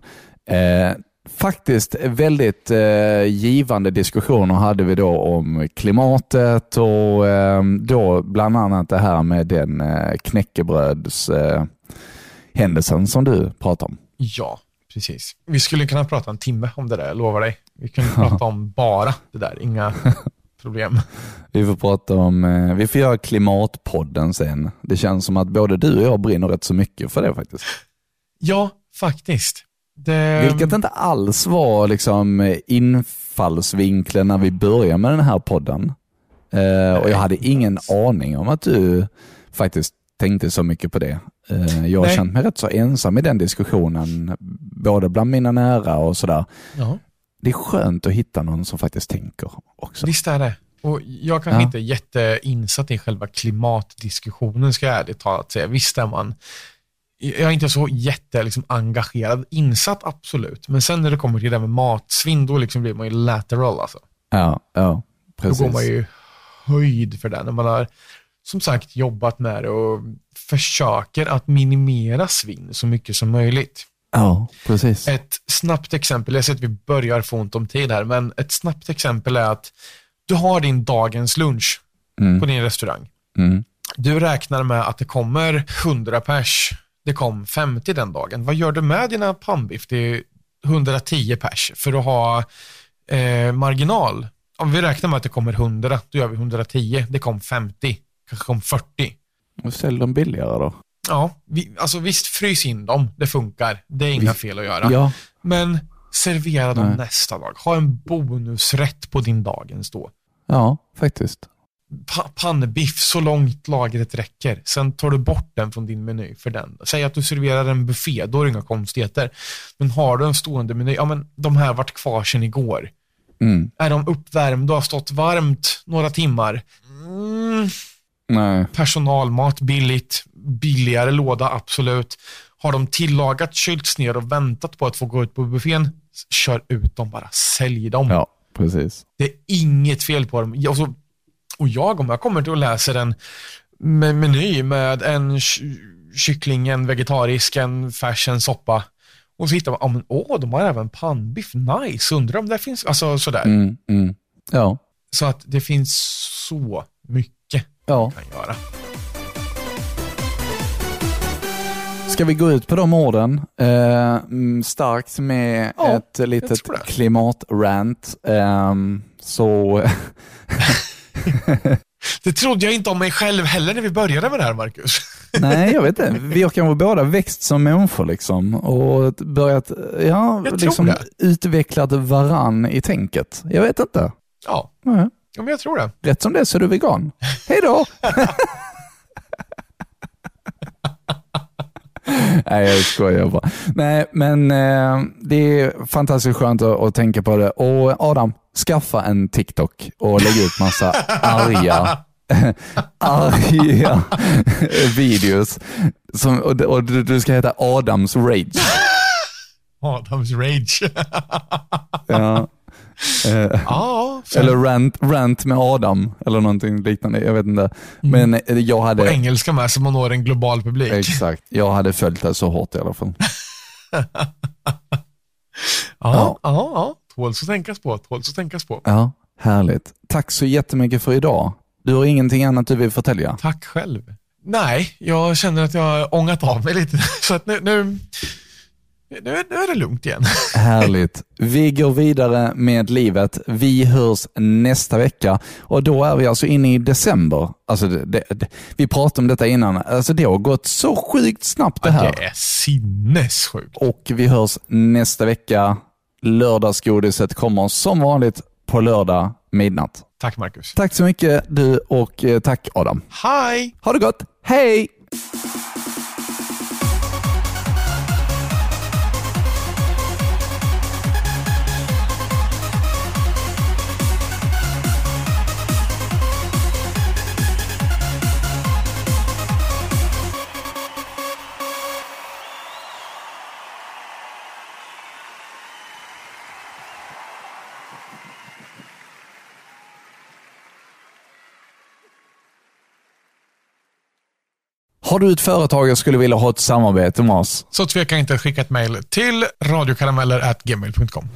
[SPEAKER 2] Eh, faktiskt väldigt eh, givande diskussioner hade vi då om klimatet och eh, då bland annat det här med den eh, knäckebröds eh, händelsen som du pratar om.
[SPEAKER 3] Ja, precis. Vi skulle kunna prata en timme om det där, jag lovar dig. Vi kunde prata om bara det där, inga problem.
[SPEAKER 2] Vi får prata om, eh, vi får göra klimatpodden sen. Det känns som att både du och jag brinner rätt så mycket för det faktiskt.
[SPEAKER 3] Ja, faktiskt. Det,
[SPEAKER 2] Vilket inte alls var liksom eh, infallsvinkeln när vi började med den här podden. Eh, och jag hade ingen aning om att du faktiskt tänkte så mycket på det. Eh, jag har
[SPEAKER 3] Nej.
[SPEAKER 2] känt mig rätt så ensam i den diskussionen, både bland mina nära och sådär.
[SPEAKER 3] ja,
[SPEAKER 2] Det är skönt att hitta någon som faktiskt tänker också.
[SPEAKER 3] visst är det. Och jag kanske
[SPEAKER 2] Ja.
[SPEAKER 3] inte är jätteinsatt i själva klimatdiskussionen, ska jag ärligt talat säga. Visst är man. Jag är inte så jätte, liksom, engagerad. Insatt, absolut. Men sen när det kommer till det där med matsvinn, då liksom blir man ju lateral. Alltså.
[SPEAKER 2] Ja, ja, precis.
[SPEAKER 3] Då går man ju höjd för det. När man har som sagt jobbat med det och försöker att minimera svinn så mycket som möjligt.
[SPEAKER 2] Ja, precis.
[SPEAKER 3] Ett snabbt exempel, jag ser att vi börjar få ont om tid här, men ett snabbt exempel är att du har din dagens lunch på
[SPEAKER 2] Mm,
[SPEAKER 3] din restaurang.
[SPEAKER 2] mm.
[SPEAKER 3] Du räknar med att det kommer 100 pers. Det kom 50 den dagen. Vad gör du med dina pannbiff? Det är 110 pers för att ha eh, marginal. Om vi räknar med att det kommer 100, då gör vi 110. Det kom 50, kanske kom 40.
[SPEAKER 2] Och sälj dem billigare då.
[SPEAKER 3] Ja, vi, alltså visst, frys in dem. Det funkar. Det är inga
[SPEAKER 2] Vi-
[SPEAKER 3] fel att göra.
[SPEAKER 2] Ja,
[SPEAKER 3] Men servera dem
[SPEAKER 2] Nej.
[SPEAKER 3] nästa dag. Ha en bonusrätt på din dagens då.
[SPEAKER 2] ja faktiskt.
[SPEAKER 3] pa- pannbiff så långt lagret räcker. Sen tar du bort den från din meny för den. Säg att du serverar en buffé, då är det inga konstigheter. Men har du en stående meny, ja men de här vart kvar sedan igår.
[SPEAKER 2] Mm.
[SPEAKER 3] Är de uppvärmda och har stått varmt några timmar? Mm.
[SPEAKER 2] Nej.
[SPEAKER 3] Personalmat billigt, billigare låda absolut. Har de tillagat, kylts ner och väntat på att få gå ut på buffén, s- kör ut dem bara. Sälj dem.
[SPEAKER 2] Ja, precis.
[SPEAKER 3] Det är inget fel på dem. Jag, så, och jag, om jag kommer till och läser en me- meny med en ky- kyckling, en vegetarisk, en färs, en soppa och så hittar man, ah, men, åh, de har även pannbiff, nice, undrar om det finns, alltså sådär.
[SPEAKER 2] Mm, mm. Ja.
[SPEAKER 3] Så att det finns så mycket
[SPEAKER 2] ja.
[SPEAKER 3] man kan göra.
[SPEAKER 2] Ska vi gå ut på de orden? Eh, mm, starkt med
[SPEAKER 3] Ja,
[SPEAKER 2] ett litet
[SPEAKER 3] tror det.
[SPEAKER 2] klimatrant. Ehm, så
[SPEAKER 3] Det trodde jag inte om mig själv heller när vi började med det här, Marcus.
[SPEAKER 2] nej, jag vet inte. Vi har kanske båda växt som människor liksom och börjat ja,
[SPEAKER 3] tror
[SPEAKER 2] liksom,
[SPEAKER 3] det.
[SPEAKER 2] utvecklat varann i tänket. Jag vet inte.
[SPEAKER 3] Ja,
[SPEAKER 2] Nej.
[SPEAKER 3] ja men jag tror det.
[SPEAKER 2] Rätt som det är så är du vegan. Hej då! Nej, jag skojar bara. Nej, men eh, det är fantastiskt skönt att, att tänka på det. Och Adam, skaffa en TikTok och lägg ut massa arga, arga videos. Som, och och du, du ska heta Adams Rage.
[SPEAKER 3] Adams rage.
[SPEAKER 2] Ja. Eh,
[SPEAKER 3] ja, för-
[SPEAKER 2] eller rant, rant med Adam, eller någonting liknande. Jag vet inte. Men eh, jag
[SPEAKER 3] på
[SPEAKER 2] hade...
[SPEAKER 3] engelska med så man når en global publik.
[SPEAKER 2] Exakt. Jag hade följt det så hårt i alla fall.
[SPEAKER 3] Ja, ja, ja. Tåls att tänkas på, tåls att tänkas på.
[SPEAKER 2] Ja, härligt. Tack så jättemycket för idag. Du har ingenting annat du vill förtälja?
[SPEAKER 3] Tack själv. Nej, jag känner att jag har ångat av mig lite. Så att nu, nu, nu, nu är det lugnt igen.
[SPEAKER 2] Härligt. Vi går vidare med livet. Vi hörs nästa vecka och då är vi alltså inne i december. Alltså det, det, det, vi pratade om detta innan. Alltså det har gått så sjukt snabbt det här.
[SPEAKER 3] Det är sinnessjukt.
[SPEAKER 2] Och vi hörs nästa vecka. Lördagsgodiset kommer som vanligt på lördag midnatt.
[SPEAKER 3] Tack Marcus.
[SPEAKER 2] Tack så mycket du och eh, tack Adam.
[SPEAKER 3] Hej!
[SPEAKER 2] Ha det gott. Hej! Har du ett företag och skulle vilja ha ett samarbete med oss?
[SPEAKER 3] Så tveka inte att skicka ett mejl till radiokarameller.gmail.com.